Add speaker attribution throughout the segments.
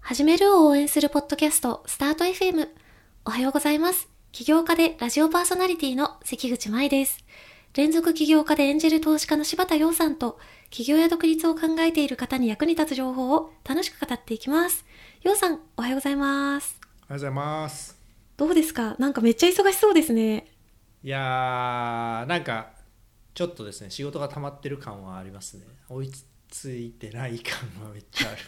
Speaker 1: 始めるを応援するポッドキャスト、スタート FM。おはようございます。起業家でラジオパーソナリティの関口舞です。連続起業家でエンジェル投資家の柴田洋さんと、起業や独立を考えている方に役に立つ情報を楽しく語っていきます。洋さん、おはようございます。
Speaker 2: おはようございます
Speaker 1: どうですかなんかめっちゃ忙しそうですね。
Speaker 2: いやーなんかちょっとですね仕事が溜まってる感はありますね追いついてない感はめっちゃあ る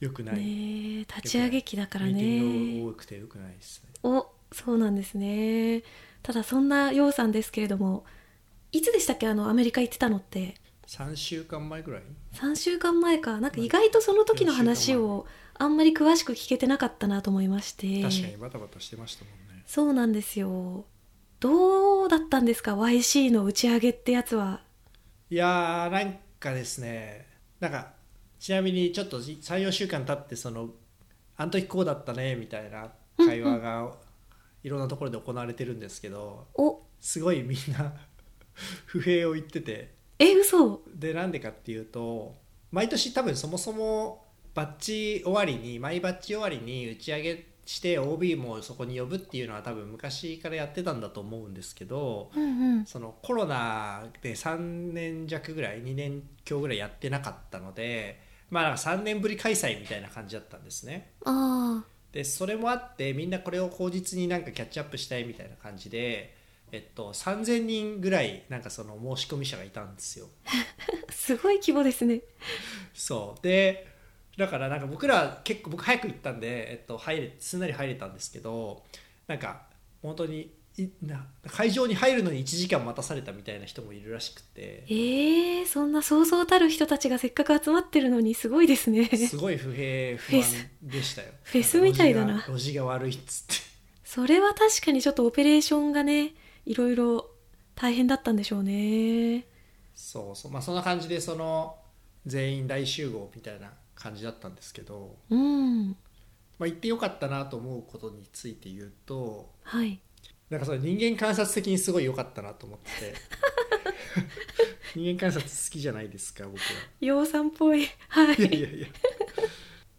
Speaker 2: よくない、
Speaker 1: ねえ立ち上げ期だから
Speaker 2: ミーティング
Speaker 1: ね。
Speaker 2: が多くてよくないですね
Speaker 1: お、そうなんですね。ただそんな洋さんですけれども、いつでしたっけあの、アメリカ行ってたのって。
Speaker 2: 3週間前ぐらい
Speaker 1: 3週間前かなんか意外とその時の話をあんまり詳しく聞けてなかったなと思いまして
Speaker 2: 確かにバタバタしてましたもんね
Speaker 1: そうなんですよどうだったんですか YC の打ち上げってやつはい
Speaker 2: やーなんかですねなんかちなみにちょっと34週間経ってそのあの時こうだったねみたいな会話がいろんなところで行われてるんですけど
Speaker 1: お
Speaker 2: すごいみんな 不平を言ってて
Speaker 1: え嘘
Speaker 2: でなんでかっていうと毎年多分そもそもバッジ終わりに毎バッジ終わりに打ち上げして OB もそこに呼ぶっていうのは多分昔からやってたんだと思うんですけど
Speaker 1: うんうん
Speaker 2: そのコロナで3年弱ぐらい2年強ぐらいやってなかったのでまあなんか3年ぶり開催みたいな感じだったんですね。
Speaker 1: ああ
Speaker 2: でそれもあってみんなこれを口実になんかキャッチアップしたいみたいな感じで、えっと、3,000人ぐらいなんかその申し込み者がいたんですよ。
Speaker 1: すごい規模ですね
Speaker 2: そうでだからなんか僕らは結構僕早く行ったんで、えっと、入れすんなり入れたんですけどなんか本当にいな会場に入るのに1時間待たされたみたいな人もいるらしくて
Speaker 1: えー、そんなそうそうたる人たちがせっかく集まってるのにすごいですね
Speaker 2: すごい不平不安でしたよ
Speaker 1: フェスみたいだなん
Speaker 2: か路地が路地が悪いっつって
Speaker 1: それは確かにちょっとオペレーションがねいろいろ大変だったんでしょうね
Speaker 2: そうそうまあそんな感じでその全員大集合みたいな感じだったんですけど、
Speaker 1: うん
Speaker 2: まあ、行ってよかったなと思うことについて言うと
Speaker 1: はい
Speaker 2: なんかその人間観察的にすごい良かったなと思って人間観察好きじゃないですか僕は
Speaker 1: 洋さんっぽいはい
Speaker 2: いやいやいや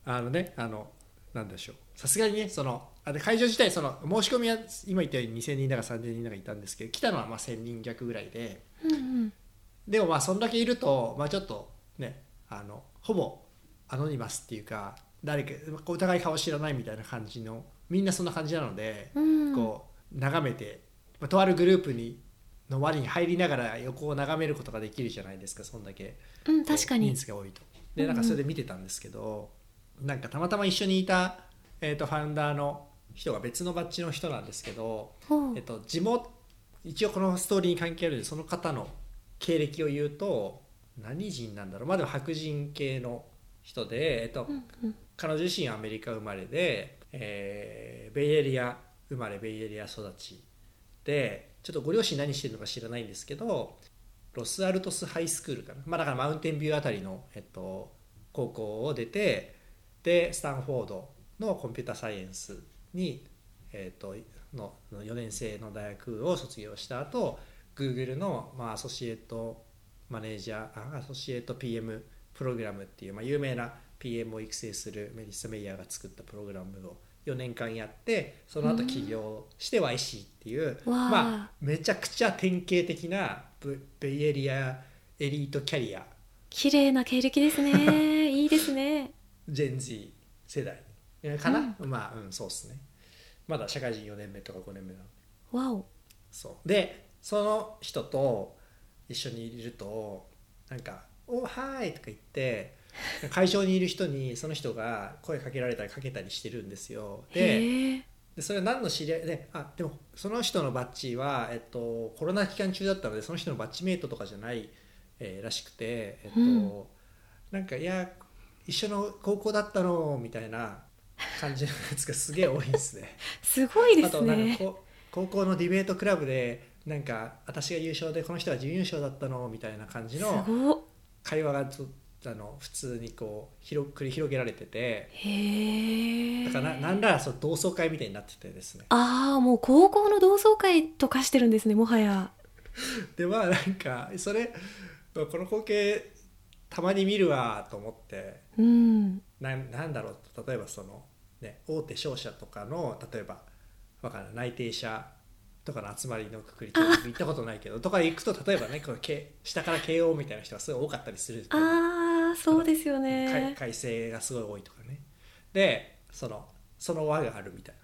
Speaker 2: あのねあのなんでしょうさすがにねそのあで会場自体その申し込みは今言ったように2000人だか3000人だかいたんですけど来たのはまあ1000人弱ぐらいで
Speaker 1: うんうん
Speaker 2: でもまあそんだけいるとまあちょっとねあのほぼアノニマスっていうか誰かお互い顔知らないみたいな感じのみんなそんな感じなので、
Speaker 1: うん
Speaker 2: こう眺めて、まあ、とあるグループにの輪に入りながら横を眺めることができるじゃないですかそんだけ
Speaker 1: うん、確かに
Speaker 2: 人。数が多いと。
Speaker 1: う
Speaker 2: で
Speaker 1: んう
Speaker 2: なんんかそれで見てたんですけど、なんかたまたま一緒にいた、えー、とファウンダーの人が別のバッジの人なんですけど、
Speaker 1: ほう
Speaker 2: えっと、地元一応このストーリーに関係あるんでその方の経歴を言うと何人なんだろうまあでも白人系の人で、えっと
Speaker 1: うんうん
Speaker 2: 彼女自身アメリカ生まれで、えーベイエリア生まれベイエリア育ちでちょっとご両親何してるのか知らないんですけどロスアルトスハイスクールかな、まあ、だからマウンテンビューあたりの、えっと、高校を出てでスタンフォードのコンピュータサイエンスに、えっと、のの4年生の大学を卒業した後 Google の、まあ、アソシエートマネージャーあアソシエート PM プログラムっていう、まあ、有名な PM を育成するメリッサ・メイヤーが作ったプログラムを4年間やってその後起業して YC っていう、
Speaker 1: うんわあ
Speaker 2: まあ、めちゃくちゃ典型的なブベイエリアエリートキャリア
Speaker 1: 綺麗な経歴です ね。いいですね。
Speaker 2: ジェン Z 世代えかな、まあうんそうっすねまだ社会人4年目とか5年目なの
Speaker 1: わお。
Speaker 2: そうでその人と一緒にいるとなんか「おはーい」とか言 って会場にいる人にその人が声かけられたりかけたりしてるんですよで
Speaker 1: へえ。
Speaker 2: でそれは何の知り合いであでもその人のバッジは、えっと、コロナ期間中だったのでその人のバッジメイトとかじゃない、えーらしくて、えっと
Speaker 1: うん
Speaker 2: なんか「いや一緒の高校だったの」みたいな感じのやつがすげえ多いですね。
Speaker 1: すご いで
Speaker 2: あ
Speaker 1: す
Speaker 2: となんか
Speaker 1: ね。
Speaker 2: こ高校のディベートクラブでなんか私が優勝でこの人は準優勝だったのみたいな感じ
Speaker 1: す
Speaker 2: の
Speaker 1: ごっ。
Speaker 2: 会話がちょあの普通にこう広く繰り広げられてて
Speaker 1: へえ。
Speaker 2: だからななんならその同窓会みたいになっててですね
Speaker 1: ああ、もう高校の同窓会と化してるんですね、もはや。
Speaker 2: でまあなんかそれこの光景たまに見るわと思って
Speaker 1: うん。
Speaker 2: なんなんだろう例えばその、ね、大手商社とかの例えばわからない内定者とかの集まりのくくりとか行ったことないけどとか行くと例えばねこのけ下から慶応みたいな人がすごい多かったりする
Speaker 1: ああそうですよ
Speaker 2: 改
Speaker 1: ね
Speaker 2: 改正がすごい多いとかねでそのその輪があるみたい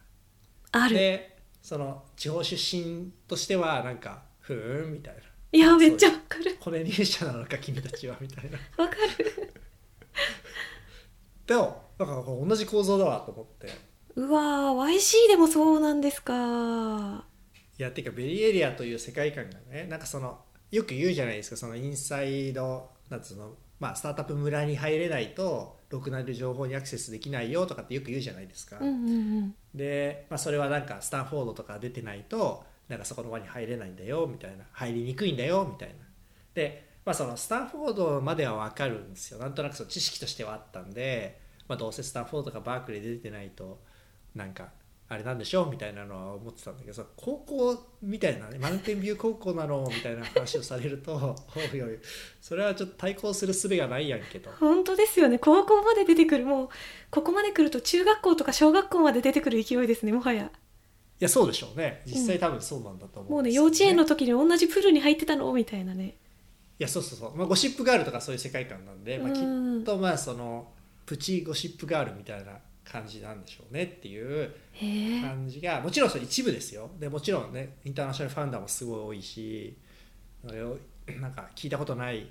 Speaker 2: な
Speaker 1: ある
Speaker 2: でその地方出身としてはなんかふーんみたいない
Speaker 1: や
Speaker 2: う
Speaker 1: めっちゃわかる
Speaker 2: これ入社なのか君たちはみたいな
Speaker 1: わかる
Speaker 2: でもなんかこれ同じ構造だわと思って
Speaker 1: うわー YC でもそうなんですか
Speaker 2: いやっていうかベリーエリアという世界観がねなんかそのよく言うじゃないですかそのインサイドなんつうのまあスタートアップ村に入れないとろくなる情報にアクセスできないよとかってよく言うじゃないですか、
Speaker 1: うんうんうん
Speaker 2: で、まあ、それはなんかスタンフォードとか出てないとなんかそこの輪に入れないんだよみたいな入りにくいんだよみたいなで、まあ、そのスタンフォードまでは分かるんですよなんとなくその知識としてはあったんで、まあ、どうせスタンフォードとかバークレーで出てないとなんかあれなんでしょうみたいなのは思ってたんだけどその高校みたいなねマウンテンビュー高校なのみたいな話をされると おいおいそれはちょっと対抗する術がないやんけと。
Speaker 1: 本当ですよね高校まで出てくるもうここまで来ると中学校とか小学校まで出てくる勢いですねもはや
Speaker 2: いやそうでしょうね実際多分そうなんだと思
Speaker 1: も
Speaker 2: う
Speaker 1: うん
Speaker 2: で
Speaker 1: ね
Speaker 2: す
Speaker 1: 幼
Speaker 2: よ
Speaker 1: 稚園の時に同じプールに入ってたのみたいなね
Speaker 2: いやそうそうそう、まあ、ゴシップガールとかそういう世界観なんで、まあ、き
Speaker 1: うん
Speaker 2: っとまあそのプチゴシップガールみたいな感じなんでしょうねっていう
Speaker 1: へえ
Speaker 2: 感じがもちろんそれ一部ですよでもちろんねインターナショナルファウンダーもすごい多いしあれをなんか聞いたことない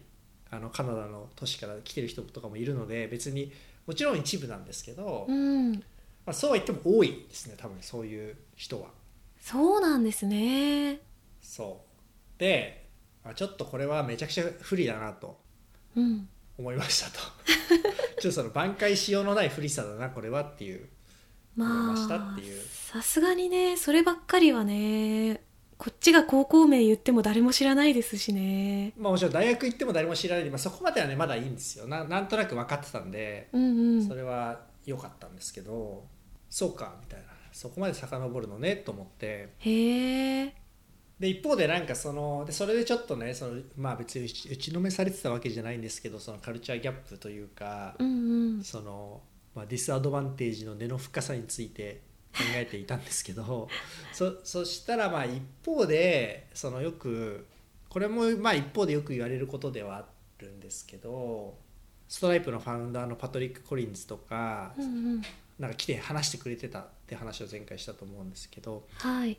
Speaker 2: あのカナダの都市から来てる人とかもいるので別にもちろん一部なんですけど、
Speaker 1: う
Speaker 2: ま
Speaker 1: ん
Speaker 2: あ、そうは言っても多いですね多分そういう人は。
Speaker 1: そうなんですね
Speaker 2: そうであちょっとこれはめちゃくちゃ不利だなと
Speaker 1: うん
Speaker 2: 思いましたと ちょっとその挽回しようのない不利さだなこれはっていう思い
Speaker 1: ま
Speaker 2: ました
Speaker 1: あ
Speaker 2: っていう
Speaker 1: さすがにねそればっかりはねこっちが高校名言っても誰も知らないですしね
Speaker 2: まあもちろん大学行っても誰も知らないで、まあ、そこまではねまだいいんですよななんとなく分かってたんで
Speaker 1: うんう
Speaker 2: そ
Speaker 1: ん
Speaker 2: れは良かったんですけどそうかみたいなそこまで遡るのねと思って
Speaker 1: へえ
Speaker 2: で一方でなんかそのでそれでちょっとねそのまあ別に打ち打ちのめされてたわけじゃないんですけどそのカルチャーギャップというか
Speaker 1: うんうん
Speaker 2: その、まあ、ディスアドバンテージの根の深さについて考えていたんですけ どそそしたらまあ一方でそのよくこれもまあ一方でよく言われることではあるんですけどストライプのファウンダーのパトリック・コリンズとか
Speaker 1: うんうん
Speaker 2: なんか来て話してくれてたって話を前回したと思うんですけど、
Speaker 1: はい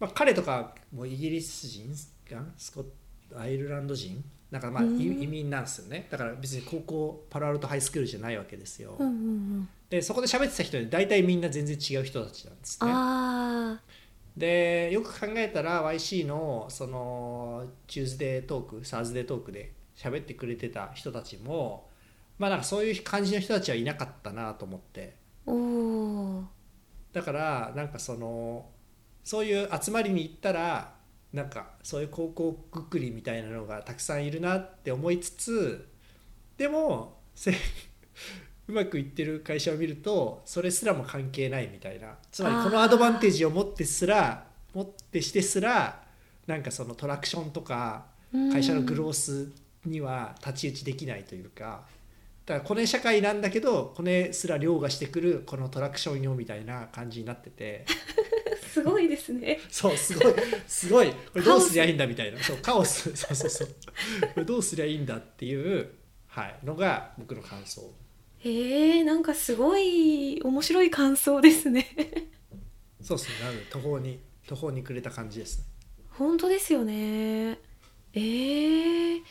Speaker 2: まあ、彼とかもイギリス人かスコアイルランド人なんかまあ
Speaker 1: うん
Speaker 2: 移移民なんですよねだから別に高校パラアルトハイスクールじゃないわけですよ。
Speaker 1: うんうんうん
Speaker 2: でそこで喋ってた人に大体みんな全然違う人たちなんですね。
Speaker 1: ああ
Speaker 2: でよく考えたら YC のそのチューズデートークサーズデートークで喋ってくれてた人たちもまあなんかそういう感じの人たちはいなかったなと思って
Speaker 1: おお
Speaker 2: だからなんかそのそういう集まりに行ったらなんかそういう高校くくりみたいなのがたくさんいるなって思いつつでもせ うまくいってる会社を見るとそれすらも関係ないみたいなつまりこ
Speaker 1: あー
Speaker 2: のアドバンテージを持ってすら持ってしてすらなんかそのトラクションとか会社のグロースには太刀打ちできないというかだからコネ社会なんだけどコネすら凌駕してくるこのトラクション用みたいな感じになってて
Speaker 1: すごいですね
Speaker 2: そうすごいすごいこれどうすりゃいいんだみたいなそうカオス そうそうそうこれどうすりゃいいんだっていう、はい、のが僕の感想
Speaker 1: へえなんかすごい面白い感想ですね
Speaker 2: そうですねなので途方に途方にくれた感じですね
Speaker 1: 本当ですよねええ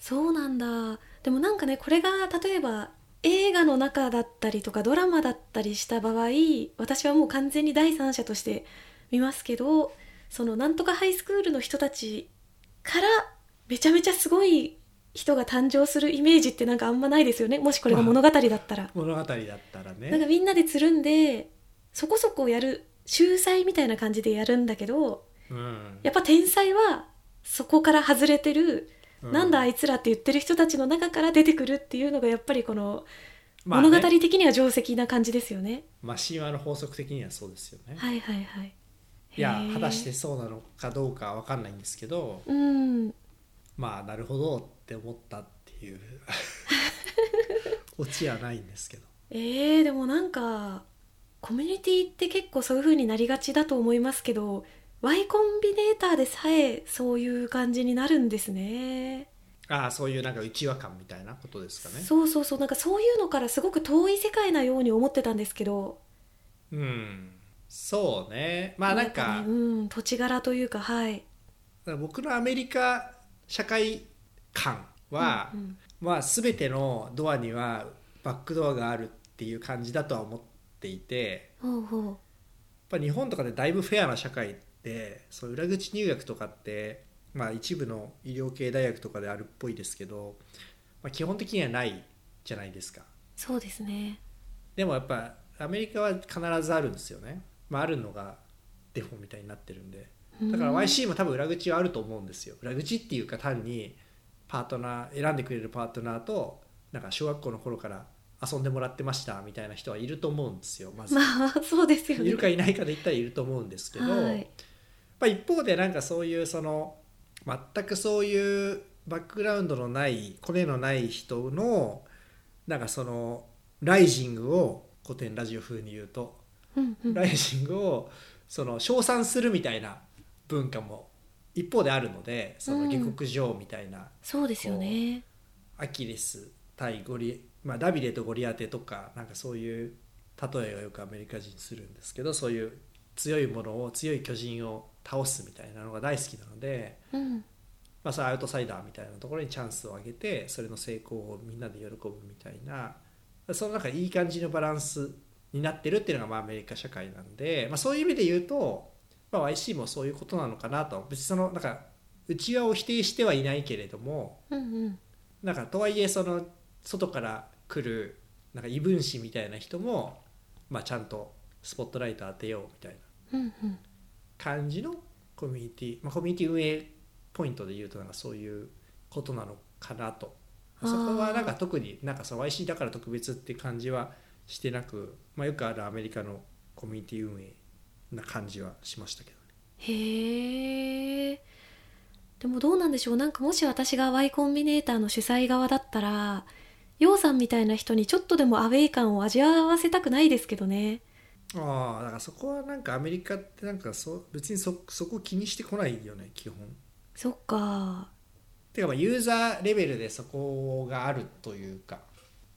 Speaker 1: そうなんだでもなんかねこれが例えば映画の中だったりとかドラマだったりした場合私はもう完全に第三者として見ますけどそのなんとかハイスクールの人たちからめちゃめちゃすごい人が誕生するイメージってなんかあんまないですよねもしこれが物語だったら。
Speaker 2: 物語だったら
Speaker 1: なんか
Speaker 2: ね
Speaker 1: みんなでつるんでそこそこやる秀才みたいな感じでやるんだけど
Speaker 2: うん
Speaker 1: やっぱ天才はそこから外れてる、
Speaker 2: うん
Speaker 1: なんだあいつらって言ってる人たちの中から出てくるっていうのがやっぱりこの
Speaker 2: まあね
Speaker 1: 物語的には定石な感じですよね。
Speaker 2: まあ神話の法則的にはそうですよね、
Speaker 1: はいはいはい。
Speaker 2: いや
Speaker 1: へー
Speaker 2: 果たしてそうなのかどうかわかんないんですけど
Speaker 1: うん
Speaker 2: まあ なるほどって思ったっていうオチはないんですけど
Speaker 1: えー、でもなんかコミュニティって結構そういう風になりがちだと思いますけど Y コンビネーターでさえそういう感じになるんですね。
Speaker 2: ああそういうなんか内輪感みたいなことですかね
Speaker 1: そうそうそうなんかそういうのからすごく遠い世界なように思ってたんですけど
Speaker 2: うんそうねまあなんか
Speaker 1: ねうん、土地柄というかはい
Speaker 2: 僕のアメリカ社会観は、
Speaker 1: うんうん
Speaker 2: まあ、全てのドアにはバックドアがあるっていう感じだとは思っていて
Speaker 1: ほうほう
Speaker 2: やっぱ日本とかでだいぶフェアな社会でそう裏口入学とかって、まあ、一部の医療系大学とかであるっぽいですけど、まあ、基本的にはないじゃないですか
Speaker 1: そうですね
Speaker 2: でもやっぱアメリカは必ずあるんですよね、まあ、あるのがデフォみたいになってるんでだから
Speaker 1: うん
Speaker 2: YC も多分裏口はあると思うんですよ裏口っていうか単にパートナー選んでくれるパートナーとなんか小学校の頃から遊んでもらってましたみたいな人はいると思うんですよま ず、
Speaker 1: まあそうですよね
Speaker 2: いるかいないかで言ったらいると思うんですけど、
Speaker 1: はい
Speaker 2: まあ、一方でなんかそういうその全くそういうバックグラウンドのないコネのない人のなんかそのライジングを古典ラジオ風に言うと
Speaker 1: うんうん
Speaker 2: ライジングをその称賛するみたいな文化も一方であるのでその下克上みたいな
Speaker 1: そうですよね
Speaker 2: アキレス対ゴリ、まあ、ダビデとゴリアテとかなんかそういう例えをよくアメリカ人するんですけどそういう強いものを強い巨人を倒すみたいなのが大好きなので、
Speaker 1: うん
Speaker 2: まあ、そのアウトサイダーみたいなところにチャンスをあげてそれの成功をみんなで喜ぶみたいなその中いい感じのバランスになってるっていうのがまあアメリカ社会なんで、まあ、そういう意味で言うと、まあ、YC もそういうことなのかなと別にそのなんか内輪を否定してはいないけれども
Speaker 1: うんうん
Speaker 2: なんかとはいえその外から来るなんか異分子みたいな人も、まあ、ちゃんとスポットライト当てようみたいな
Speaker 1: うんうん
Speaker 2: 感じのコミュニティ、まあ、コミュニティ運営ポイントで言うとなんかそういうことなのかなと
Speaker 1: あ
Speaker 2: そ
Speaker 1: ー
Speaker 2: こはなんか特になんかその YC だから特別って感じはしてなく、まあ、よくあるアメリカのコミュニティ運営な感じはしましたけどね。
Speaker 1: へえでもどうなんでしょうなんかもし私が Y コンビネーターの主催側だったらようさんみたいな人にちょっとでもアウェイ感を味わわせたくないですけどね
Speaker 2: ああだからそこはなんかアメリカってなんかそ別にそそこ気にしてこないよね基本。
Speaker 1: そっか
Speaker 2: てかまあユーザーレベルでそこがあるというか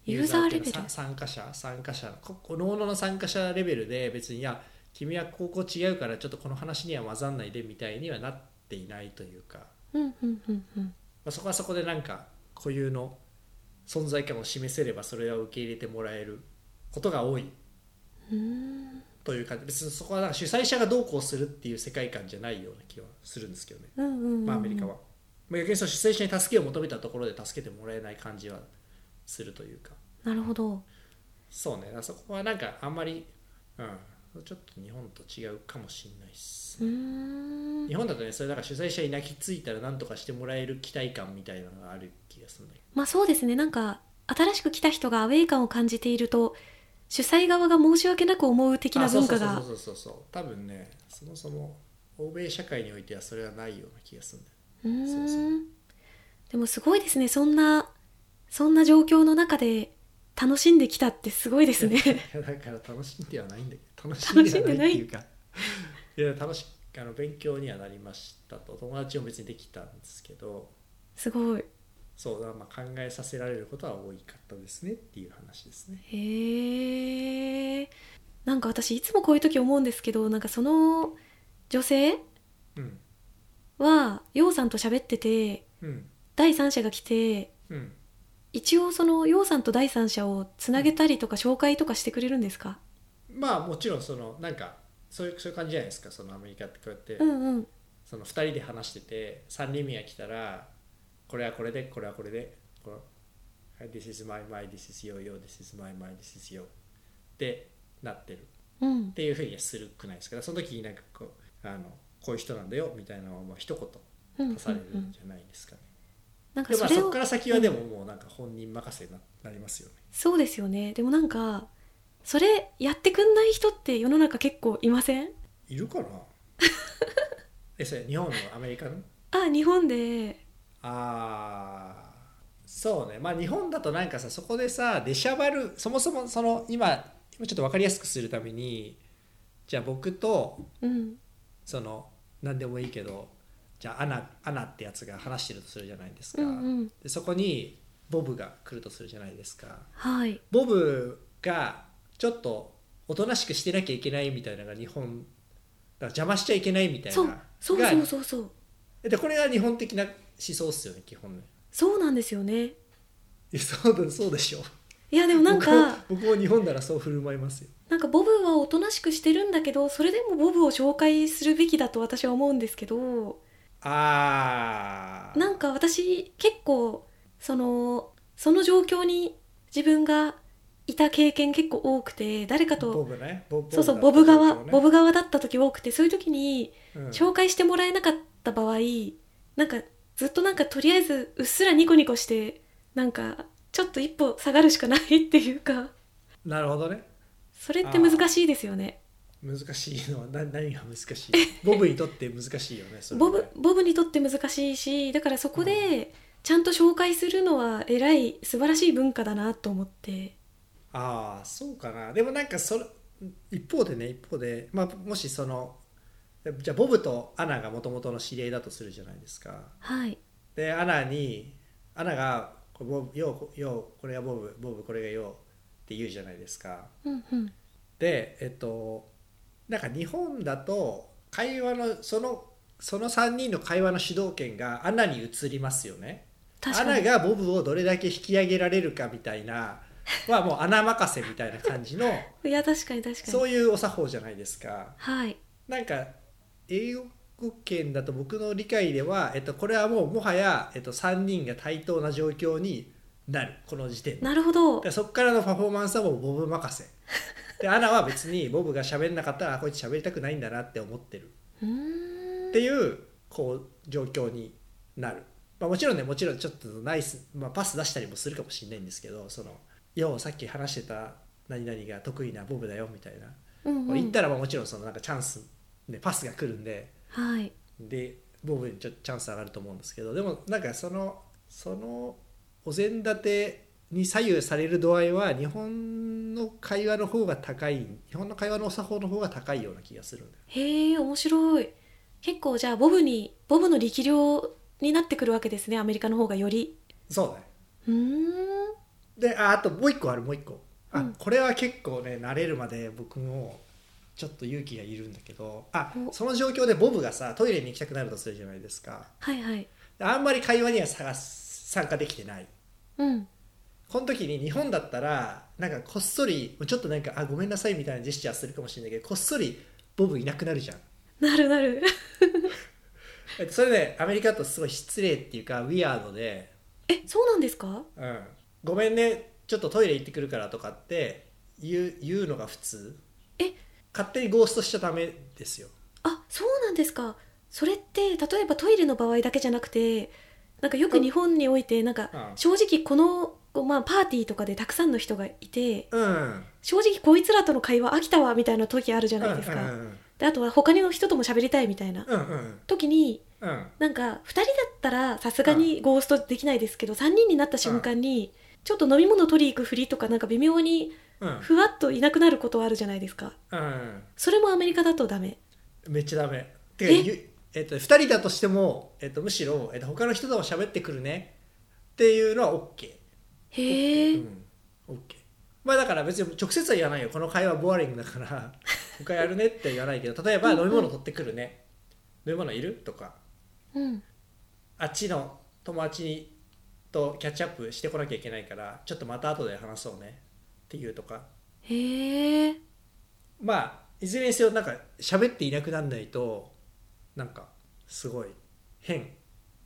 Speaker 1: ユーザーレベル
Speaker 2: ユっていうのはさ参加者参加者ここののの参加者レベルで別にいや君は高校違うからちょっとこの話には混ざんないでみたいにはなっていないというか、ま
Speaker 1: うんうんうんうん
Speaker 2: あ、そこはそこでなんか固有の存在感を示せればそれを受け入れてもらえることが多いう
Speaker 1: ーん
Speaker 2: という感じ別にそこはなんか主催者がどうこうするっていう世界観じゃないような気はするんですけどね。
Speaker 1: うんうんうん
Speaker 2: まあ、アメリカは、まあ、逆にその出演者に助けを求めたところで助けてもらえない感じはするというか
Speaker 1: なるほど
Speaker 2: そうねだからそこはなんかあんまり、うん、ちょっと日本と違うかもしれないっす
Speaker 1: うーん
Speaker 2: 日本だとねそれだから主催者に泣きついたら何とかしてもらえる期待感みたいなのがある気がするんだけ
Speaker 1: まあそうですねなんか新しく来た人がアウェイ感を感じていると主催側が申し訳なく思う的
Speaker 2: ど
Speaker 1: な文化
Speaker 2: あ
Speaker 1: が
Speaker 2: そうそうそうそうそう多分ねそもそも欧米社会においてはそれはないような気がするんだよ
Speaker 1: うーん
Speaker 2: そうそ
Speaker 1: でもすごいですねそんなそんな状況の中で楽しんできたってすごいですね
Speaker 2: いやだから楽しんではないんだけど楽
Speaker 1: しん
Speaker 2: し
Speaker 1: で
Speaker 2: ん
Speaker 1: は
Speaker 2: では
Speaker 1: な
Speaker 2: ないいっていうかいや楽しあの勉強にはなりましたと友達も別にできたんですけど
Speaker 1: すごい
Speaker 2: そうだからまあ考えさせられることは多かったですねっていう話ですね
Speaker 1: へえなんか私いつもこういう時思うんですけどなんかその女性
Speaker 2: うん
Speaker 1: はようさんと喋ってて
Speaker 2: うん
Speaker 1: 第三者が来て
Speaker 2: うん
Speaker 1: 一応そのようさんと第三者をつなげたりとか紹介とかしてくれるんですか
Speaker 2: まあもちろんそのなんかそういうそういう感じじゃないですかそのアメリカってこうやって、
Speaker 1: うんうん
Speaker 2: その2人で話してて3人目が来たらこれはこれでこれはこれでこのはい This is my my this is your your this is my my this is your ってなってる
Speaker 1: うん
Speaker 2: っていうふうにはするくないですからその時になんかこうあのこういう人なんだよみたいなのをまあ一言
Speaker 1: うんうん
Speaker 2: 足される
Speaker 1: うんん
Speaker 2: じゃないですかね、
Speaker 1: なんか
Speaker 2: でま
Speaker 1: それ
Speaker 2: あそこ
Speaker 1: を
Speaker 2: から先はでももうなんか本人任せにななりますよね
Speaker 1: そうですよねでもなんかそれやってくんない人って世の中結構いません
Speaker 2: いるかなえそれ日本のアメリカの
Speaker 1: あ日本で
Speaker 2: あーそうねまあ日本だとなんかさそこでさ出しゃばるそもそもその今今ちょっと分かりやすくするためにじゃあ僕と
Speaker 1: うん
Speaker 2: その何でもいいけどじゃあアナアナってやつが話してるとするじゃないです
Speaker 1: う
Speaker 2: か、
Speaker 1: んうん
Speaker 2: でそこにボブが来るとするじゃないですか
Speaker 1: はい
Speaker 2: ボブがちょっとおとなしくしてなきゃいけないみたいなのが日本だから邪魔しちゃいけないみたいな
Speaker 1: そうそう
Speaker 2: が
Speaker 1: そうそうそう
Speaker 2: でこれが日本的な思想っすよね基本ね
Speaker 1: そうなんですよね
Speaker 2: いやそうだそうでしょ
Speaker 1: いやでもなんか
Speaker 2: 僕も僕も日本ならそう振る舞いますよ
Speaker 1: なんかボブはおとなしくしてるんだけどそれでもボブを紹介するべきだと私は思うんですけど
Speaker 2: あー
Speaker 1: なんか私結構そのその状況に自分がいた経験結構多くて誰か
Speaker 2: ボ
Speaker 1: と
Speaker 2: ブねボ
Speaker 1: そうそうボブ側ボ
Speaker 2: ブ
Speaker 1: ブ側だった時多くてそういう時に
Speaker 2: だったとね、
Speaker 1: 紹介してもらえなかった場合なんかずっとなんかとりあえずうっすらニコニコしてなんかちょっと一歩下がるしかないっていうか
Speaker 2: うんなるほどね
Speaker 1: それって難しいですよね
Speaker 2: 難しいのはな 何が難しいボブにとって難しいよねそれね
Speaker 1: ボブボブにとって難しいしだからそこでちゃんと紹介するのは偉い素晴らしい文化だなと思って
Speaker 2: ああそうかなでもなんかそれ一方でね一方で、まあ、もしそのじゃあボブとアナがもともとの知り合いだとするじゃないですか
Speaker 1: はい
Speaker 2: でアナにアナが「これボブようようこれがボブボブこれがよう」って言うじゃないですか
Speaker 1: うんうん
Speaker 2: でえっとなんか日本だと会話のそのその3人の会話の主導権がアナに移りますよね
Speaker 1: 確
Speaker 2: ア
Speaker 1: か
Speaker 2: ナ
Speaker 1: に
Speaker 2: がボブをどれだけ引き上げられるかみたいなはもうアナ任せみたいな感じの
Speaker 1: いや確かに確か
Speaker 2: そ
Speaker 1: に
Speaker 2: ういうお作法じゃないですか。
Speaker 1: はい
Speaker 2: なんか英語圏だと僕の理解では、えっと、これはもうもはや、えっと、3人が対等な状況になるこの時点で
Speaker 1: なるほど
Speaker 2: でそこからのパフォーマンスはもうボブ任せでアナは別にボブが喋んなかったらあこいつ喋りたくないんだなって思ってる
Speaker 1: うー
Speaker 2: っ
Speaker 1: ん
Speaker 2: ていうこう状況になる、まあ、もちろんねもちろんちょっとナイス、まあ、パス出したりもするかもしれないんですけどその「ようさっき話してた何々が得意なボブだよ」みたいな、
Speaker 1: うんう
Speaker 2: 言っ
Speaker 1: ん
Speaker 2: たらまあもちろんそのなんかチャンスでパスが来るんで
Speaker 1: はい
Speaker 2: でボブにちょっとチャンス上がると思うんですけどでもなんかそのそのお膳立てに左右される度合いは日本の会話の方が高い日本の会話のお作法の方が高いような気がするんだよ
Speaker 1: へえ面白い結構じゃあボブにボブの力量になってくるわけですねアメリカの方がより
Speaker 2: そうだね
Speaker 1: うーん
Speaker 2: でああともう一個あるもう一個あ、
Speaker 1: うん
Speaker 2: これは結構ね慣れるまで僕もちょっと勇気がいるんだけどあ
Speaker 1: お
Speaker 2: その状況でボブがさトイレに行きたくなるとするじゃないですか
Speaker 1: はいはい
Speaker 2: あんまり会話にはさ参加できてない
Speaker 1: うん
Speaker 2: この時に日本だったらなんかこっそりちょっとなんかあごめんなさいみたいなジェスチャーするかもしれないけどこっそりボブいなくなるじゃん
Speaker 1: なるなる
Speaker 2: えっとそれねアメリカだとすごい失礼っていうかウィアードで
Speaker 1: えそうなんですか
Speaker 2: うん、ごめんねちょっとトイレ行ってくるからとかって言う言うのが普通
Speaker 1: え
Speaker 2: 勝手にゴーストしちゃダメですよ
Speaker 1: あそうなんですかそれって例えばトイレの場合だけじゃなくてなんかよく日本においてなん
Speaker 2: うん
Speaker 1: か正直この、まあ、パーティーとかでたくさんの人がいて
Speaker 2: うん
Speaker 1: 正直こいつらとの会話飽きたわみたいな時あるじゃ
Speaker 2: うんう
Speaker 1: なんいですか、
Speaker 2: うん
Speaker 1: であとは他の人とも喋りたいみたいな
Speaker 2: うんうん
Speaker 1: 時に
Speaker 2: うん
Speaker 1: なんか2人だったらさすがにゴーストできないですけど、3人になった瞬間に、ちょっと飲み物取り行くふりとかなんか微妙に
Speaker 2: うん
Speaker 1: ふわっといなくなることはあるじゃないですか
Speaker 2: うん
Speaker 1: それもアメリカだとダメ
Speaker 2: めっちゃダメて
Speaker 1: え
Speaker 2: かゆえっと、2人だとしても、えっと、むしろ、えっと、他の人とも喋ってくるねっていうのは OK
Speaker 1: へえ、
Speaker 2: うん、OK まあだから別に直接は言わないよこの会話ボアリングだから 他やるねって言わないけど例えば
Speaker 1: うんうん
Speaker 2: 飲み物取ってくるね飲み物いるとか
Speaker 1: うん、
Speaker 2: あっちの友達とキャッチアップしてこなきゃいけないからちょっとまた後で話そうねっていうとか
Speaker 1: へえ
Speaker 2: まあいずれにせよなんか喋っていなくならないとなんかすごい変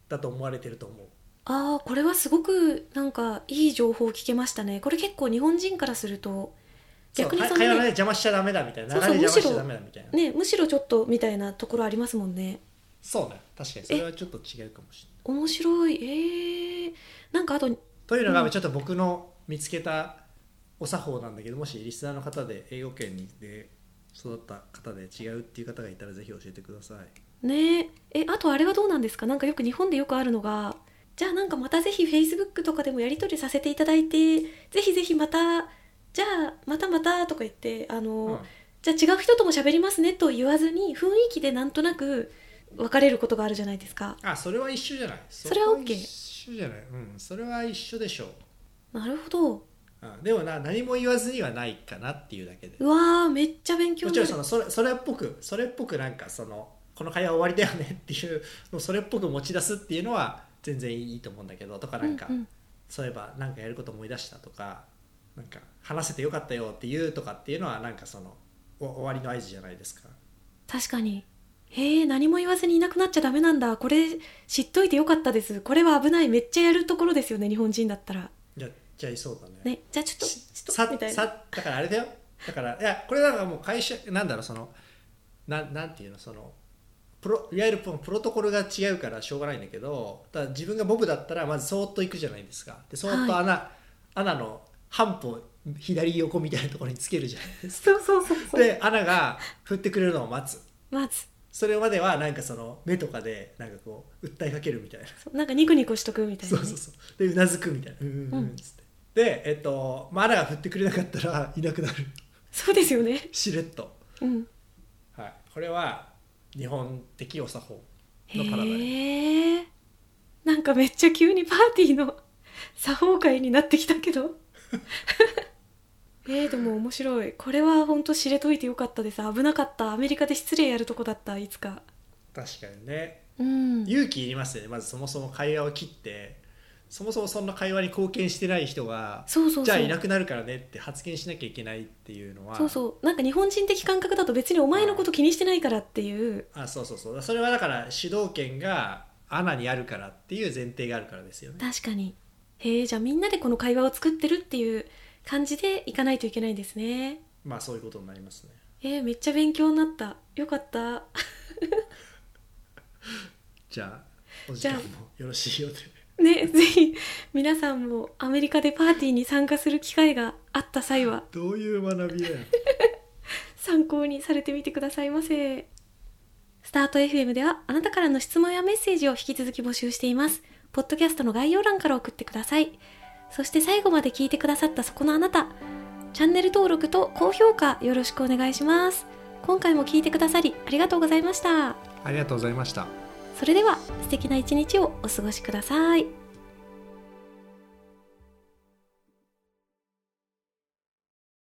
Speaker 2: だと思われてると思う
Speaker 1: ああこれはすごくなんかいい情報を聞けましたねこれ結構日本人からすると逆に
Speaker 2: そう
Speaker 1: そ
Speaker 2: 会
Speaker 1: の
Speaker 2: 話のね
Speaker 1: ね
Speaker 2: 邪魔しちゃダメだみたいな
Speaker 1: そう
Speaker 2: 流
Speaker 1: そう
Speaker 2: れ邪魔し
Speaker 1: む
Speaker 2: ちゃ
Speaker 1: しろ
Speaker 2: ダメだみたいな
Speaker 1: ねむしろちょっとみたいなところありますもんね
Speaker 2: そうね確かにそれはちょっと違うかもしれない
Speaker 1: 面白いえー、なんかあと
Speaker 2: というの
Speaker 1: うん
Speaker 2: がちょっと僕の見つけたお作法なんだけどもしリスナーの方で英語圏で育った方で違うっていう方がいたらぜひ教えてください
Speaker 1: ねええあとあれはどうなんですかなんかよく日本でよくあるのがじゃあなんかまたぜひ Facebook とかでもやり取りさせていただいてぜひぜひまたじゃあまたまたとか言ってあの、
Speaker 2: うん
Speaker 1: じゃあ違う人とも喋りますねと言わずに雰囲気でなんとなく別れることがあるじゃないですか。
Speaker 2: あそれは一緒じゃないそ
Speaker 1: それは OK
Speaker 2: 一緒じゃないうんそれは一緒でしょう、
Speaker 1: なるほど。
Speaker 2: うん、でもな何も言わずにはないかなっていうだけで
Speaker 1: うわーめっちゃ勉強
Speaker 2: も
Speaker 1: にな
Speaker 2: ちろん
Speaker 1: る
Speaker 2: そのそれそれっぽくそれっぽくなんかそのこの会話終わりだよねっていうのをそれっぽく持ち出すっていうのは全然いいと思うんだけどとかなんか、
Speaker 1: うんうん
Speaker 2: そういえばなんかやること思い出したとかなんか話せてよかったよっていうとかっていうのはなんかそのお終わりの合図じゃないですか
Speaker 1: 確かに。へえ何も言わずにいなくなっちゃダメなんだこれ知っといてよかったですこれは危ないめっちゃやるところですよね日本人だったら
Speaker 2: やっちゃいそうだね
Speaker 1: ねじゃあちょっとちょっ
Speaker 2: さ
Speaker 1: とみたいな
Speaker 2: さだからあれだよだからいやこれなんかもう会社なんだろうそのなんなんていうのそのプロいわゆるプロプロトコルが違うからしょうがないんだけどただ自分がボブだったらまずそーっと行くじゃないですかでそーっと穴,、穴の半歩左横みたいなところにつけるじゃない です
Speaker 1: そうそうそうそ
Speaker 2: か
Speaker 1: う
Speaker 2: で穴が振ってくれるのを待つ
Speaker 1: まず
Speaker 2: それまではなんかその目とかでなんかこう訴えかけるみたいな
Speaker 1: そうなんかニコニコしとくみたい
Speaker 2: そ
Speaker 1: な
Speaker 2: う
Speaker 1: ね、
Speaker 2: そうそうでうなずくみたいなうんうんうんっつって、でえっと、まあ、穴が振ってくれなかったらいなくなる
Speaker 1: そうですよね
Speaker 2: しれっと、
Speaker 1: うん
Speaker 2: はい、これは日本的お作法のパラダイム
Speaker 1: へえなんかめっちゃ急にパーティーの 作法会になってきたけど えー、でも面白いこれは本当知れといてよかったです危なかったアメリカで失礼やるとこだったいつか
Speaker 2: 確かにね
Speaker 1: うん
Speaker 2: 勇気いりますよねまずそもそも会話を切ってそもそもそんな会話に貢献してない人が
Speaker 1: そうそうそう
Speaker 2: じゃあいなくなるからねって発言しなきゃいけないっていうのは
Speaker 1: そうそうなんか日本人的感覚だと別にお前のこと気にしてないからっていう
Speaker 2: あそうそうそうそれはだから主導権がアナにあるからっていう前提があるからですよね
Speaker 1: 確かにへえじゃあみんなでこの会話を作ってるっていう感じでいかないといけないんですね
Speaker 2: まあそういうことになりますね
Speaker 1: えー、めっちゃ勉強になったよかった
Speaker 2: じゃあお時間も
Speaker 1: じ
Speaker 2: よろしいようで。
Speaker 1: ね、ぜひ皆さんもアメリカでパーティーに参加する機会があった際は
Speaker 2: どういう学びだよ。
Speaker 1: 参考にされてみてくださいませ。スタート FM ではあなたからの質問やメッセージを引き続き募集しています。ポッドキャストの概要欄から送ってください。そして最後まで聞いてくださったそこのあなた、チャンネル登録と高評価よろしくお願いします。今回も聞いてくださりありがとうございました。
Speaker 2: ありがとうございました。
Speaker 1: それでは素敵な一日をお過ごしください。